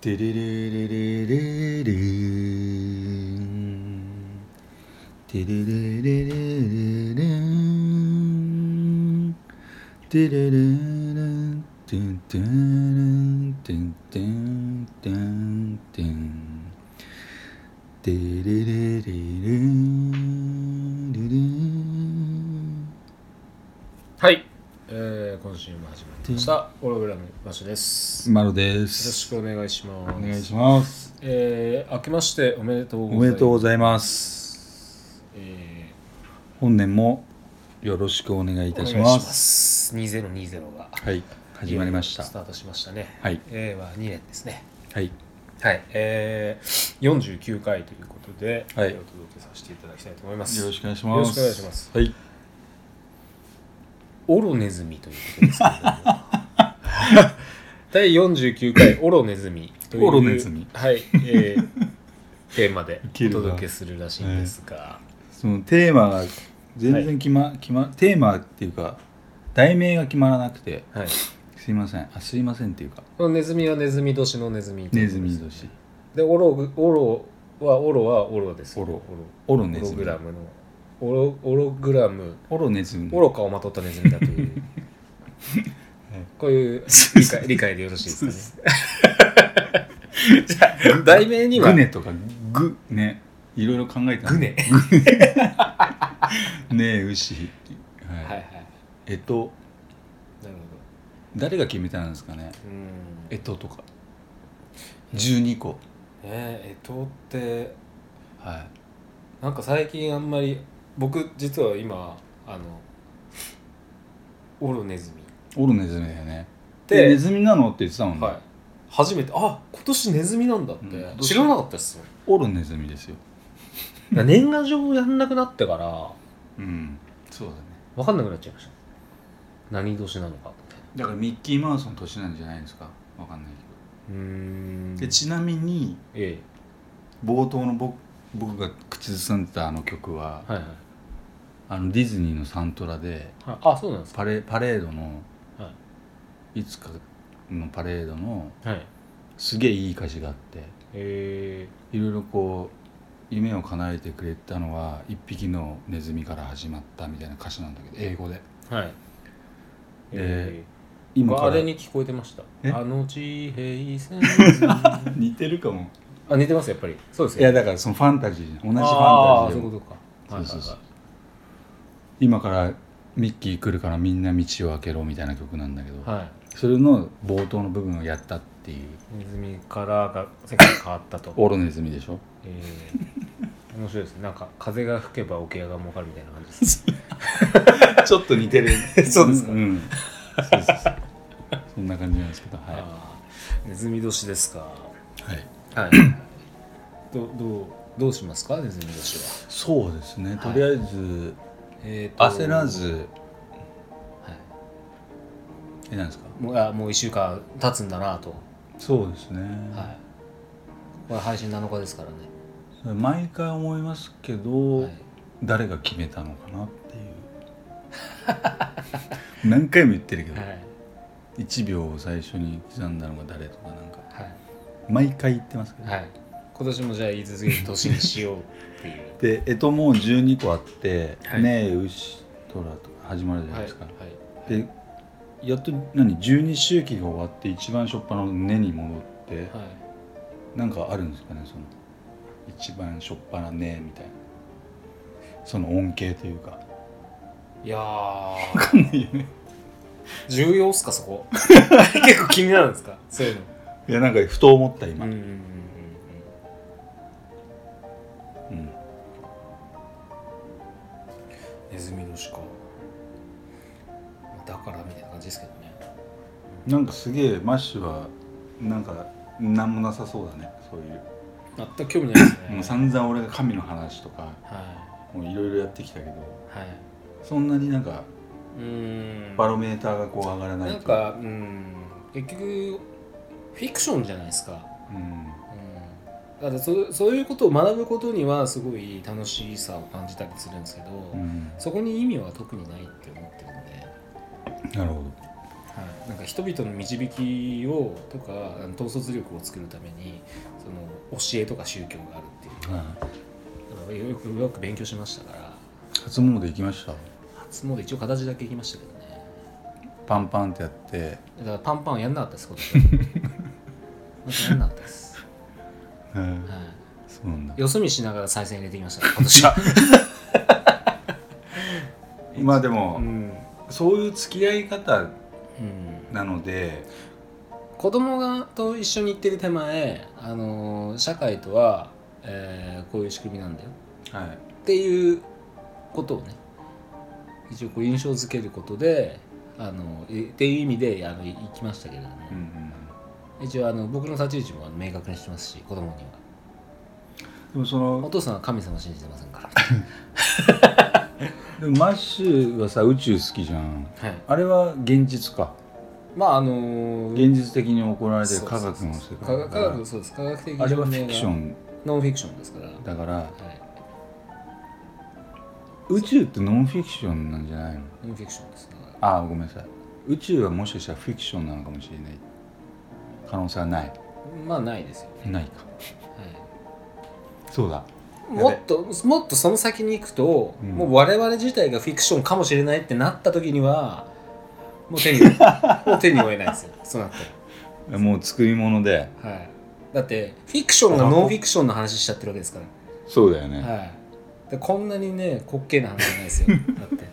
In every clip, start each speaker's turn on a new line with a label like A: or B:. A: テレレレレレレンテレレレレレレンテレレレンテンテンテンテンテンテンテレレレレレンレレン
B: はい、えー、今週も始まりました。オログラム場所です。よ
A: マロで
B: ろし
A: す
B: くお願いします。
A: お願いします
B: えー、明けましておめでとうござい
A: お
B: ま
A: め
B: す。
A: でとうご
B: い
A: ざいます
B: ます。え
A: 本年もよろしくお願いい
B: ー、お
A: たし
B: 願いし
A: ま
B: ますす。2020が
A: はい始まりました
B: スタートしましたね。
A: はい
B: えー、は2年ですね。
A: はい
B: はい、えー、49回ということで、
A: はい
B: お届けさせていただきたいと思います。
A: よろしくお願いし
B: よ
A: ま
B: ろ
A: す
B: しくお願いします
A: はい
B: オロネズミということですけれども 第49回オロネズミという
A: オロネズミ
B: はい、えー、テーマで
A: け
B: お
A: るな
B: 届けするらしいんですが、
A: そのテーマが全然決ま、決まテーマっていうか題名が決まらなくて
B: はい、
A: すいませんあすいませんっていうか
B: このネズミはネズミ年のネズミとい
A: ネ
B: うこ
A: ズミ
B: とです
A: 年
B: でオログオロはオロはオロです
A: オロオ
B: オロ
A: ロ
B: オ
A: ネ
B: ロ
A: ズミ
B: グラムのオロオログラム
A: オロネズミ
B: 愚かをまとったネズミだ とい
A: は
B: う
A: い
B: こういう理解理解でよろしいですかね じゃあ題名には
A: グネとかねグねいろいろ考えてた
B: グネ
A: ねえ牛はい、
B: はいはい
A: えっと
B: なる
A: 誰が決めたんですかね
B: ほどうん
A: えっととか12個
B: えー、干支って
A: はい
B: なんか最近あんまり僕実は今あのオロネズミっ
A: オロネズミだよねでネ
B: て、
A: ズミなのって言ってたもんね、
B: はい、初めてあ今年ネズミなんだって、
A: うん
B: 知らなかったっすもん
A: オロネズミですよ
B: だから年賀状やんなくなってから
A: うんそうだね
B: 分かんなくなっちゃいました何年なのかみたいな
A: だからミッキーマウスの年なんじゃないですかわかんないけど
B: うーん
A: でちなみに
B: え
A: 冒頭の僕僕が口ずさんでたあの曲は、
B: えはいはい
A: あのディズニーのサントラで
B: はいあそうなんですか
A: パレパレードの、、
B: はい
A: つかのパレードの
B: はい
A: すげえいい歌詞があって
B: え
A: いろいろこう夢を叶えてくれたのは一匹のネズミから始まったみたいな歌詞なんだけど英語で
B: ー、はい
A: で
B: え
A: 今
B: ー、
A: か
B: あ
A: ら
B: れに聞こえてました
A: え
B: あの地平線
A: 似てるかも
B: あ似てますやっぱりそうです
A: い
B: よ
A: やだからそのファンタジーじゃん同じファ
B: あ
A: ン
B: あ
A: タジ
B: そう
A: ー
B: い
A: を
B: うことか
A: そうそうそう今からミッキー来るからみんな道を開けろみたいな曲なんだけど、
B: はいはいはい、は
A: それの冒頭の部分をやったっていう
B: い、ネズミからが世界が変わったと
A: オロネズミでしょ
B: えー面白いですねなんか風が吹けば桶屋が儲かるみたいな感じです
A: ちょっと似て る
B: そうですか
A: ん、そうそうそうそんな感じなんですけどはい、は
B: あーネズミ年ですか
A: い、
B: はい どどうどうしますかネズミ年は
A: そうですね
B: は
A: と
B: い
A: りあえず、
B: えーと
A: 焦ら、ず
B: は
A: えなんですか
B: い、もうあもう1週間経つんだなと
A: そうですね、
B: はいこれ配信7日ですからね、
A: 毎回思いますけど、
B: はい、
A: 誰が決めたのかなっていう何回も言ってるけど、
B: はい
A: 1秒を最初に刻んだのが誰とかなんか
B: はい
A: 毎回言ってますけど、
B: はい、今年もじゃあ言い続ける年にしようっていう
A: でえともう12個あって「
B: はい
A: ねえうしとら」とか始まるじゃないですか、
B: い
A: でやっと何12周期が終わって一番初っ端の「ね」に戻って
B: はい
A: なんかあるんですかねその一番初っ端な「ね」みたいなその恩恵というか
B: いや
A: 分
B: ー
A: かんないよね
B: 重要っすかそこ結構気になるんですかそういうの
A: いやなんかふと思った今、
B: うんうんうん
A: うん
B: ネズミの鹿だからみたいな感じですけどね
A: なんかすげえマッシュはなんか何もなさそうだねそういう、
B: 全く興味ないですね
A: もう散々俺が神の話とか
B: は
A: もういろいろやってきたけど
B: いはい
A: そんなになんか
B: うーん
A: バロメーターがこう上がらないと
B: ない
A: うん
B: かうん結局フィクションじゃないですか
A: うん
B: うんだからそそういうことを学ぶことにはすごい楽しさを感じたりするんですけど、
A: うん
B: そこに意味は特にないって思ってるんで、
A: なるほど
B: はい、なんか人々の導きをとかあの統率力を作るためにその教えとか宗教があるっていう
A: はい
B: だからよくよく勉強しましたから
A: 初詣行きました
B: 初詣一応形だけ行きましたけどね
A: パンパンってやって
B: だからパンパンやんなかったです今 年はまたやんなかったです、
A: うん
B: はい、
A: そうなんだ
B: 四隅しながら再生入れてきました 今年は
A: まあで
B: う
A: も
B: ん、
A: そういう付き合い方
B: うん、
A: なので
B: 子供がと一緒に行ってる手前、あのー社会とは、えーこういう仕組みなんだよ
A: はい
B: っていうことをね一応こう印象づけることであのえっていう意味であのい行きましたけれども、
A: うんうん
B: 一応あの僕の立ち位置も明確にしてますし子供には
A: でもそ
B: お
A: の
B: 父さんは神様信じてませんから
A: でもマッシュはさ宇宙好きじゃん
B: はい
A: あれは現実か
B: まああのー
A: 現実的に行われてる
B: そう
A: 科
B: そう
A: 学
B: そう
A: の世界
B: 科学科
A: だから
B: 学そうです科学的
A: あれは
B: 証
A: フ
B: 明が
A: ィクション
B: ノンフィクションですから、は
A: だから
B: い、
A: 宇宙ってノンフィクションなんじゃないの
B: ノンフィクションですだから
A: ああごめんなさい宇宙はもしかしたらフィクションなのかもしれない可能性はない
B: まあないですよ、
A: ないか
B: はい、
A: そうだ
B: もっともっとその先に行くと、
A: うん
B: もう我々自体がフィクションかもしれないってなった時にはも う手にもう手に負えないですよそうなった
A: もう作り物で
B: ら、はい、だってフィクションがノンフィクションの話しちゃってるわけですか
A: そうだよね、
B: ら、はい、でこんなにね滑稽な話じゃないですよ だって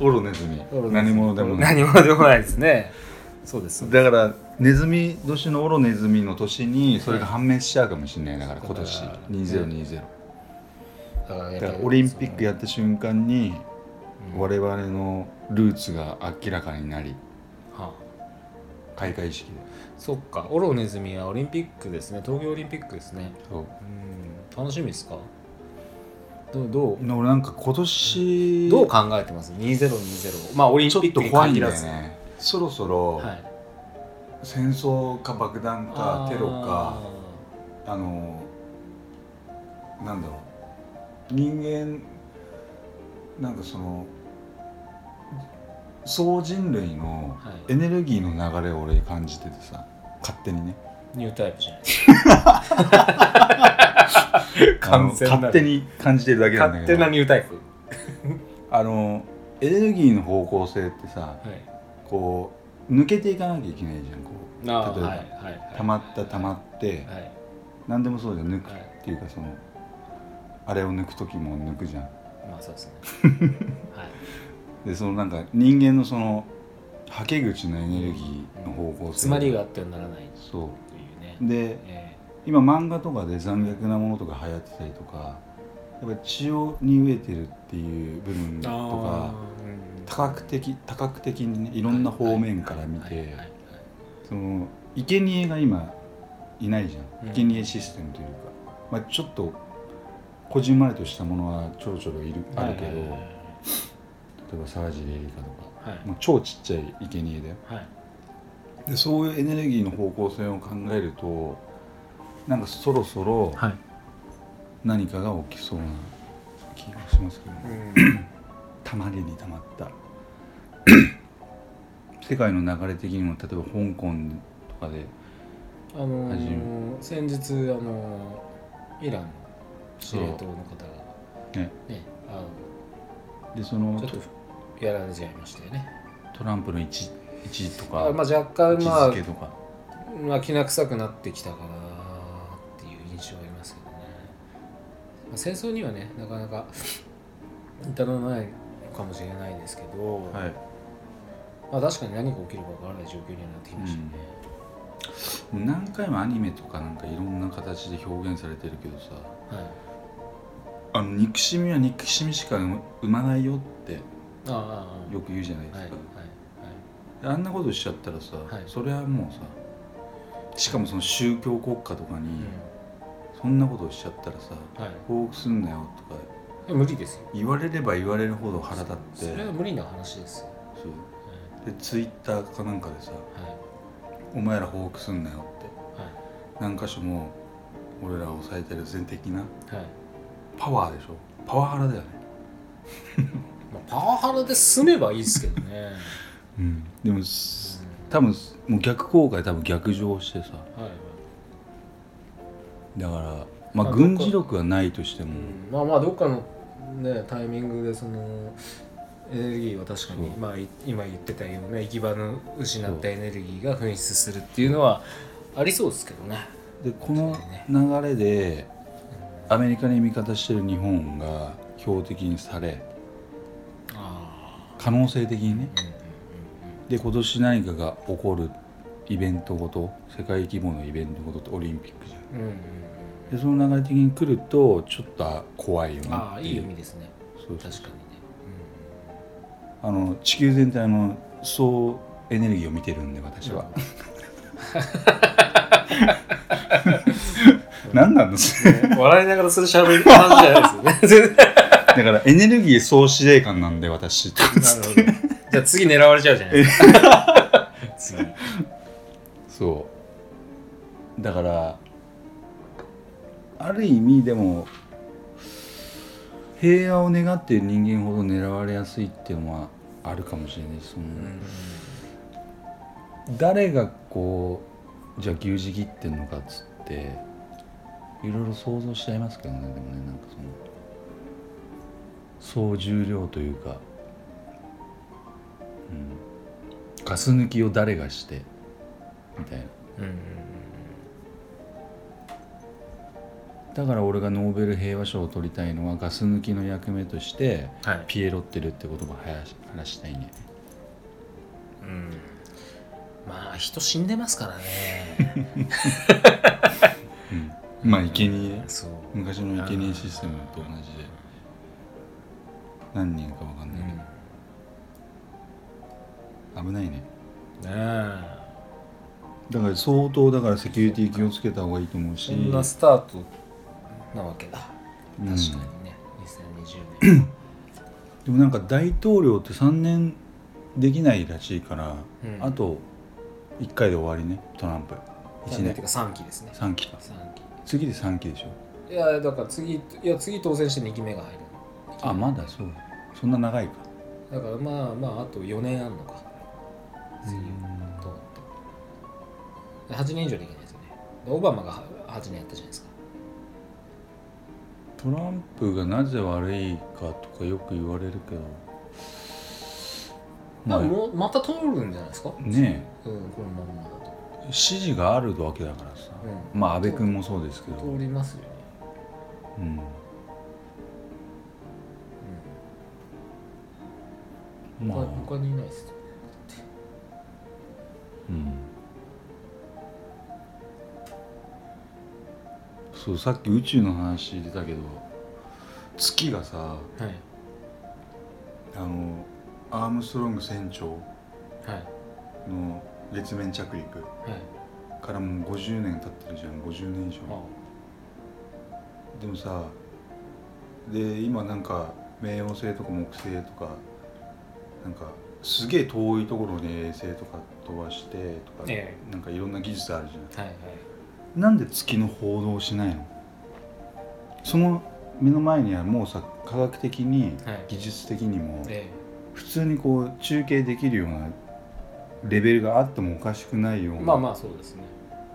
A: オロネズミ何者でもない
B: 何者でもないですねそうですそうです
A: だからネズミ年のオロネズミの年にそれが判明しちゃうかもしれないだから今年
B: だから
A: 2020
B: だからや
A: だ
B: っ
A: か
B: ぱ
A: ら
B: り
A: オリンピックやった瞬間に
B: うん
A: 我々のルーツが明らかになり
B: は
A: 開会式で
B: あそっかオロネズミはオリンピックですね東京オリンピックですね
A: そう
B: うん楽しみですかどうどう
A: 俺なんか今年
B: どう考えてます2020まあオリン
A: ち
B: ピ
A: ょっ
B: ック
A: と
B: に
A: 怖いん
B: 限
A: だ
B: ら
A: よ
B: ず、
A: ねそろそろ
B: はい、
A: 戦争か爆弾かテロか
B: あ
A: あのなんだろう人間なんかその総人類の
B: はい
A: エネルギーの流れを俺感じててさ勝手にね
B: ーニュータイプじゃないです
A: あの
B: 完全なる
A: 勝手に感じてるだけ
B: か
A: なんだ
B: 勝
A: け
B: 手
A: ど
B: なニュータイプ
A: あのエネルギーの方向性ってさ
B: はい
A: こう抜けていかなきゃいけないじゃんこう
B: あー
A: 例えば、
B: はいはいはい
A: 溜まった溜まって
B: はい
A: 何でもそうじゃん抜く
B: は
A: っ
B: い
A: ていうかそのあれを抜く時も抜くじゃん
B: まあそうですね はい
A: でそのなんか人間のそのはけ口のエネルギーの方向性
B: 詰まりがあってはならない
A: そ
B: というね
A: うで
B: え
A: 今漫画とかで残虐なものとか流行ってたりとかやっぱり血をに飢えてるっていう部分
B: ー
A: と
B: あ
A: か
B: ーうん
A: 多角的多角的にねいろんな方面から見
B: はいは
A: て
B: いはいはい
A: その生贄が今いないじゃ
B: うんん
A: 生贄システムというか、まあ、ちょっとこじんまりとしたものはちょろちょろいるあるけど、
B: はい
A: 例えば沢尻エリカとか
B: はい
A: もう超ちっちゃい生贄だよ
B: はいはい
A: でそういうエネルギーの方向性を考えるとなんかそろそろ
B: はい
A: 何かが起きそうな気がしますけど、ね、
B: うん
A: たまりにたまった 世界の流れ的にも例えば香港とかで
B: あの
A: 始
B: ー、先日、あのー、イランの司令塔の方が、
A: ね
B: ねあ
A: でそ
B: の
A: の
B: ちょっとやられちゃいましたよね。
A: トランプの位置位置と
B: あ
A: か
B: まあ、若干、
A: 位置
B: ま
A: づ
B: あ
A: け、とか、
B: まあ、きな臭くなってきたかなっていう印象がありますけどね。まあ、戦争にはね、なかなか 至らないかもしれないですけど、
A: はい
B: まあ、確かに何が起きるかわからない状況にはなってきましたよね。
A: 何回もアニメとかなんかいろんな形で表現されてるけどさ
B: はい、
A: あの憎しみは憎しみしか生まないよって
B: ああああ、
A: よく言うじゃないで
B: はい、
A: す
B: はい
A: か、、あんなことしちゃったらさ、
B: はい
A: それはもうさしかもその宗教国家とかに、
B: は
A: そんなことしちゃったらさ
B: い。うんはい
A: 報復すんなよとか
B: いや、無理ですよ。
A: 言われれば言われるほど腹立って
B: それは無理な話ですよ、
A: そう
B: はい
A: でツイッターかなんかでさ
B: は
A: 「お前ら報復すんなよ」って
B: い
A: 何箇所も俺らを抑えてる全的な
B: はいはい
A: パワーでしょパワハラだよね、
B: まあ、パワハラで済めばいいですけどね、
A: でも
B: うん
A: 多分もう逆効果で多分逆上してさ
B: はいはい
A: だからま
B: ま
A: あ
B: あ
A: 軍事力はないとしても
B: うんまあまあどっかの、ね、タイミングでそのエネルギーは確かに
A: そう
B: まあい今言ってたような行き場の失ったエネルギーが噴出するっていうのはありそうですけどね。
A: でこの流れでアメリカに味方してる日本が標的にされ
B: あ
A: 可能性的にね
B: あ、うんうん
A: で今年何かが起こるイベントごと世界規模のイベントごとってオリンピックじゃん
B: うんうんうん
A: でその流れ的に来るとちょっと怖いよ
B: うん。
A: ね
B: あ
A: っ
B: あ
A: て
B: いい
A: い
B: 意
A: う
B: 味ですね。
A: そうそう
B: 確かにね。
A: あの地球全体の総エネルギーを見てるんで私は、何なんですね
B: 笑いながらするしゃべり感じじゃないですよ ね。
A: だからエネルギー総司令官なんで私
B: なるほど。じゃあ次狙われちゃうじゃないですか。 次。うん
A: そうだからある意味でも平和を願っている人間ほど狙われやすいっていうのはあるかもしれないその、誰がこうじゃあ牛耳切ってんのかっつっていろいろ想像しちゃいますけどねでもねなんかその総重量というか、うん、ガス抜きを誰がしてみたいな
B: うんうん
A: だから俺がノーベル平和賞を取りたいのはガス抜きの役目として
B: はい。
A: ピエロってるって言葉を話し話したいんだよね
B: うんまあ人死んでますからね
A: まあ生贄
B: そう
A: 昔の生贄システムと同じで何人か分かん
B: う
A: ない
B: ん
A: けど
B: ね
A: 危ないね
B: え
A: だから相当だからセキュリティ気をつけた方がいいと思うし
B: そんなスタートなわけだ
A: うん
B: 確かにね、2020年
A: でもなんか大統領って3年できないらしいから、
B: うん
A: あと1回で終わりねトランプ
B: 一
A: 1
B: 年って
A: 年
B: か3期ですね
A: 3期か
B: 三期
A: 次で3期でしょ
B: いやだから次いや次当選して2期目が入る
A: あまだそうそんな長いか
B: だからまあまああと4年あんのか次どうなって8年以上できないですよねでオバマが8年やったじゃないですか
A: トランプがなぜ悪いかとかよく言われるけど
B: まあ、
A: ま
B: もうまた通るんじゃないですか、
A: あね
B: うん、このまんまだと、
A: え支持があるわけだからさ
B: う
A: まあ安倍君もそうですけど、
B: ん、通りますよね、
A: うん
B: うん
A: まあ、
B: 他他にいないです
A: うん、そうさっき宇宙の話出たけど月がさ
B: はい
A: あのアームストロング船長
B: はい
A: の月面着陸
B: はい
A: からもう50年経ってるじゃん50年以上
B: あ
A: でもさで今なんか冥王星とか木星とかなんかすげえ遠いところに衛星とか飛ばしてとか、
B: え
A: なんかいろんな技術あるじゃない
B: はいはい
A: なんで月の報道をしないのその目の前にはもうさ科学的に
B: はい
A: 技術的にも
B: え
A: 普通にこう中継できるようなレベルがあってもおかしくないよ
B: え
A: う
B: まあ
A: な
B: まあそうですね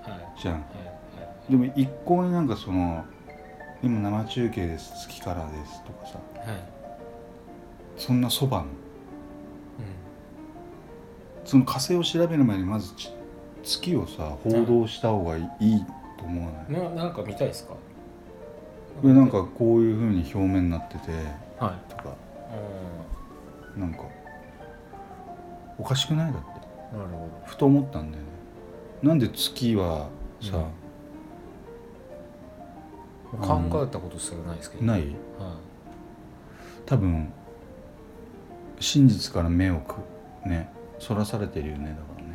B: はいは
A: じゃん
B: いは
A: でも一向になんかその「今生中継です月からです」とかさ
B: いはい、
A: そんなそばのその火星を調べる前にまずち月をさ報道した方がいいと思わない、
B: うん、ななんか見たいですか
A: これなんかこういうふうに表面になってて
B: は
A: とか
B: いうん
A: なんかおかしくないだって
B: なるほ
A: ふと思ったんだよねなんで月はさ、
B: ど考えたことすらないですけど、
A: ない
B: は
A: 多分真実から目をくねそらされてるよねだからね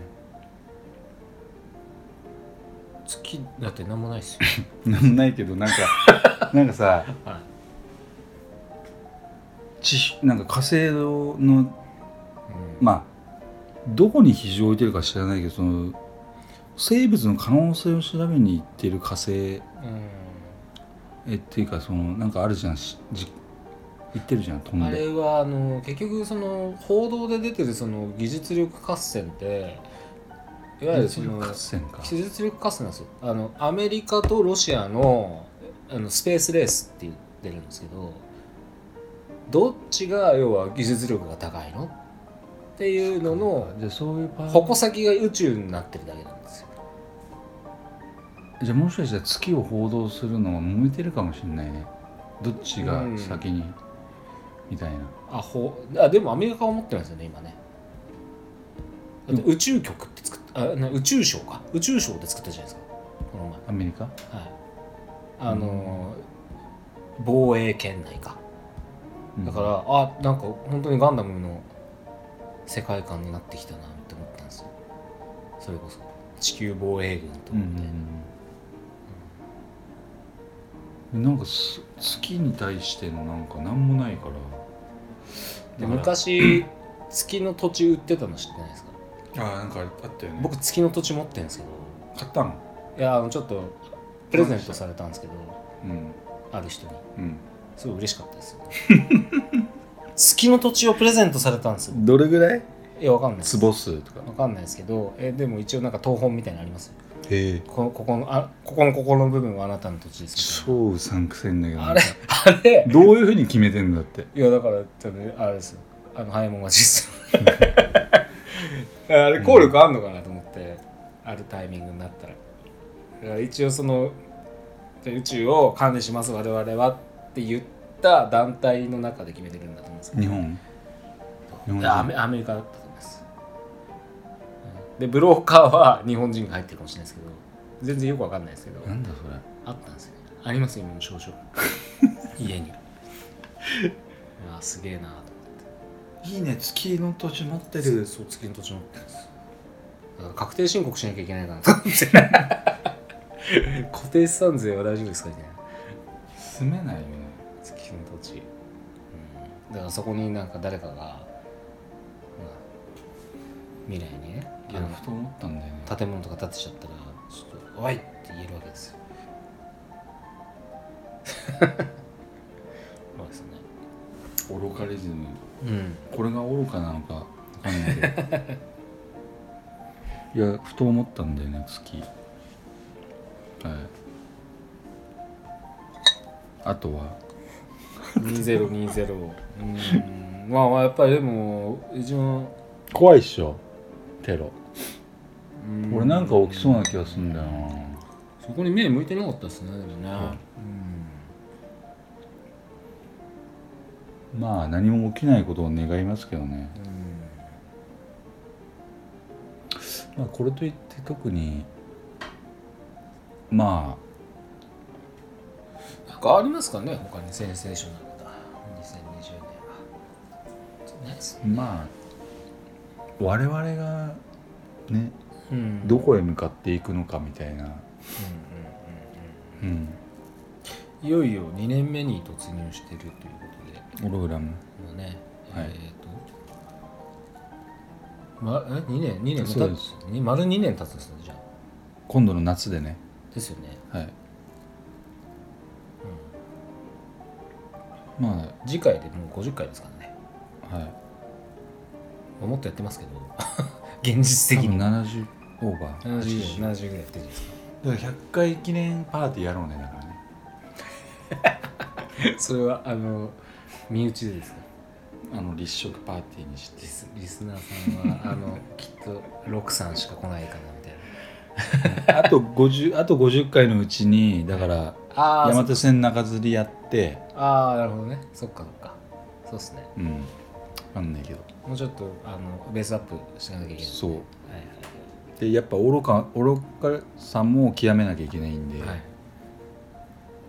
B: い、月だってなんもないですよ
A: なんもないけどなん かなんかさ、
B: は
A: 地なんか火星の
B: うん
A: まあどこに非常を置いてるか知らないけどその生物の可能性を調べに行ってる火星えっていうかそのなんかあるじゃんしじ行ってるじゃん飛
B: うんん、あ
A: で
B: れはあの結局その報道で出てるその技術力合戦っていわゆるその
A: 合戦か
B: 技術力合戦なんですよあのアメリカとロシアのあのスペースレースって言ってるんですけどどっちが要は技術力が高いのっていうのの
A: じゃあそういうパー
B: 矛先が宇宙になってるだけなんですよ
A: じゃあもしかしたら月を報道するのは向いてるかもしれないねどっちが先に、みたいな
B: あほあでもアメリカは持ってますよね今ねだって宇宙局って作ったあな宇宙省か宇宙省って作ったじゃないですかこの前
A: アメリカ
B: はい、あのー防衛圏内かだから、あなんか本当にガンダムの世界観になってきたなって思ったんですよそれこそ地球防衛軍と
A: うん
B: 思
A: う
B: っ
A: ん
B: て、
A: うんなんかす月に対してのなんか何もないから
B: で
A: だから
B: 昔月の土地売ってたの知ってないですか
A: あーなんかあったよね
B: 僕月の土地持ってるんですけど
A: 買ったの
B: いやあのちょっとプレゼントされたんですけど
A: うん
B: ある人に
A: うん
B: すごい嬉しかったですよ月の土地をプレゼントされたんですよ
A: どれぐらい
B: いやわかんないです
A: 坪数とか
B: わかんないですけどえでも一応なんか東本みたいなのありますよ
A: へえ
B: こここのあここのここの部分はあなたの土地ですみ
A: 超うさんくせえんだけど
B: たいなあれあれ
A: どういうふうに決めてんだって
B: いやだから多分あれですよあの早いもん勝ちですよあれ効力あんのかなと思って、あるタイミングになったらだから一応そのじゃあ宇宙を管理します我々はって言った団体の中で決めてるんだと思うんですけど
A: 日本日本
B: い
A: 人
B: やアメアメリカだったと思いますうんでブローカーは日本人が入ってるかもしれないですけど全然よくわかんないですけど
A: なんだそれ
B: あったんですよありますよ今 も少々家 にあすげえなと思っ
A: いいね月の土地持って
B: て
A: る
B: そう月の土地持ってるんですだから確定申告しなきゃいけないかなと思って 固定資産税は大丈夫ですかみたいな
A: 住めないよね
B: 月の土地、うん、だからそこになんか誰かが、まあ、未来にね
A: いや
B: あの
A: ふと思ったんだよね
B: 建物とか建てちゃったらちょっと「おい!」って言えるわけ ですよそうですね
A: 愚かリズム
B: うん
A: これが愚かなのかわかんない けどいやふと思ったんだよね月はいあとは
B: 2020うーんまあまあやっぱりでも一番
A: 怖いっしょテロ
B: うん
A: 俺なんか起きそうな気がすんだよな
B: そこに目向いてなかったですねでもね、
A: まあ何も起きないことを願いますけどね
B: うんうん
A: まあ、これといって特にま
B: なんかありますかね他にセンセーショナルだ2020年はちょっとないっす
A: あまあ我々がね
B: うん
A: どこへ向かっていくのかみたいな、
B: うんう
A: う
B: ん
A: ん、
B: うんうんいよいよ2年目に突入してるということで
A: ホログラム
B: のね、
A: はい
B: えっ、と、ま、え2年2年
A: そうで
B: 経つに丸2年経つんですねじゃあ
A: 今度の夏でね、
B: ですよね、
A: はい、
B: う
A: ま
B: ん、次回でもう50回ですからね
A: あはい
B: もっとやってますけど 現実
A: 多
B: 的
A: 分
B: に
A: 70オーバー
B: 70ぐらい70ぐらいやってるんですか
A: だから100回記念パーティーやろうねだからね
B: それはあの身内でですか
A: あの立食パーティーにして
B: リスリスナーさん はあのきっと6さんしか来ないかなみたいな
A: あと50あと50回のうちにだから
B: あ
A: 山手線中吊りやって
B: ああなるほどねそっかそっかそうっすね
A: うん分かんないけど
B: もうちょっとあのベースアップしなきゃいけない
A: そう
B: はいはい
A: でやっぱ愚か愚かさも極めなきゃいけないんで、
B: はい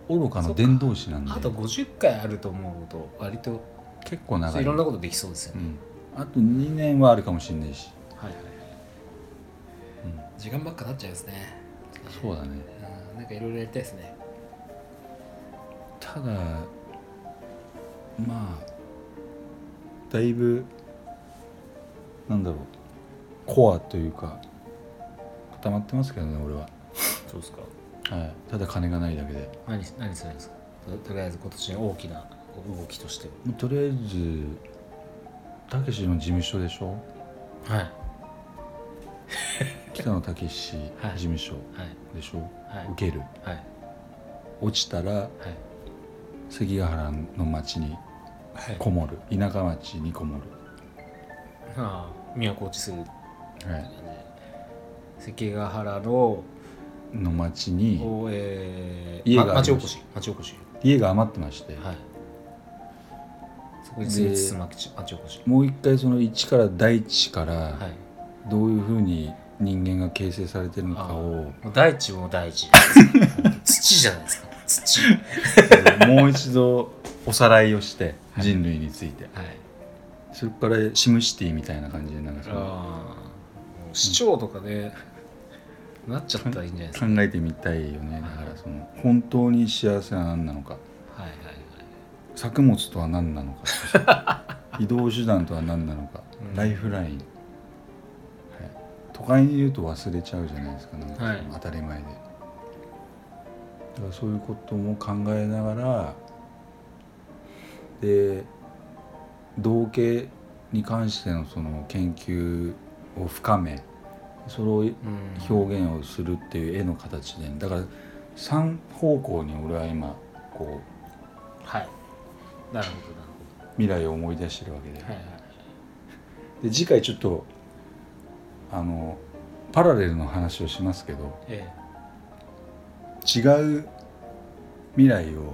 A: 愚かの伝道師なんで
B: あと50回あると思うと割と
A: 結構長い
B: いろんなことできそうですよ
A: う
B: ね、
A: ん、あと2年はあるかもしれないし、
B: はいはいはい
A: うん、
B: 時間ばっかなっちゃいますね
A: そうだね
B: うんなんかいろいろやりたいですね
A: ただまあだいぶなんだろうコアというか固まってますけどね俺は、
B: そうですか
A: はい、ただ金がないだけで
B: 何何するんですかととりあえず今年の大きな動きとして
A: もうとりあえずたけしの事務所でしょ
B: ははい
A: 北野武事
B: はい
A: 務所
B: はい
A: でしょ、
B: はい
A: 受ける
B: はい
A: 落ちたら
B: はい
A: 関ヶ原の町に
B: はい
A: こもる田舎町にこも
B: ああ都落ちするって
A: る、は
B: 感じで関ヶ原の
A: い、の町に
B: おえー
A: 家
B: ま
A: があ
B: 町
A: り
B: お
A: ま
B: こ
A: し
B: し町おこし
A: 家が余ってまして、
B: はいそこに住みつつ町町おこし
A: もう一回その一から大地か
B: は
A: ら
B: い
A: どういうふうに人間が形成されてるのかを、
B: もう大地も大地土じゃないですか土はい
A: もう一度おさらいをして人類について、それからシムシティみたいな感じでなんかその
B: ああ市長とかね、なっちゃったらいいんじゃないですか
A: 考えてみたいよねだからその本当に幸せは何なのか
B: はいはい
A: 作物とは何なのか 移動手段とは何なのか、
B: うん
A: ライフライン、はい、都会にいると忘れちゃうじゃないですかなんか
B: はい
A: その当たり前で、だからそういうことも考えながらで同系に関してのその研究を深めそれを
B: はいうん
A: 表現をするっていう絵の形でだから3方向に俺は今こう
B: はいなるほ
A: 未来を思い出してるわけで,、
B: どなるほどはいはい
A: で次回ちょっとあのパラレルの話をしますけど
B: え
A: 違う未来を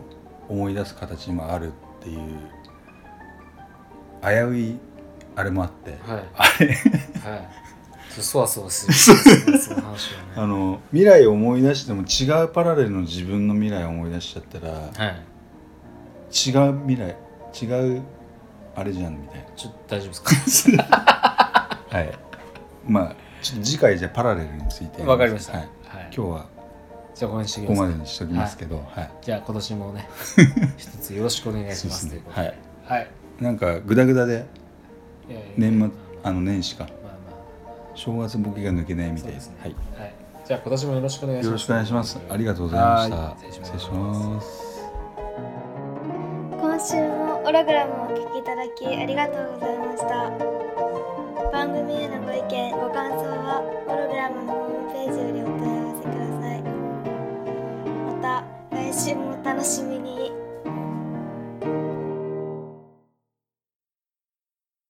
A: 思い出す形もあるっていう危ういあれもあって
B: えはいあれはいそそわそ わするその話はね
A: あの未来を思い出しても違うパラレルの自分の未来を思い出しちゃったら
B: はい
A: 違う未来違うあれじゃんみたい
B: ちょっと大丈夫で すか
A: なはいまあちょっと次回じゃあパラレルについて
B: わかりました、
A: はい、今日は
B: じゃあごめんして
A: こ
B: き
A: こ
B: ま
A: ますでにしときますけどはい
B: じゃあ今年 もね一つよろしくお願いしま
A: そ
B: す
A: うですね
B: ということで
A: はい
B: はい
A: なんかグダグダで
B: いやいや
A: 年末
B: ま
A: あの年始か
B: あまあまあ
A: 正月ボケが抜けないみた
B: そ
A: いうで
B: です
A: す
B: ね
A: はい、
B: はい、じゃあ今年もよろしくお願いします
A: よろしくお願いしますありがとうございました
B: はい失礼します
A: す
C: 今週もオログラムをお聞きいただきありがとうございました番組へのご意見ご感想はオログラムのホ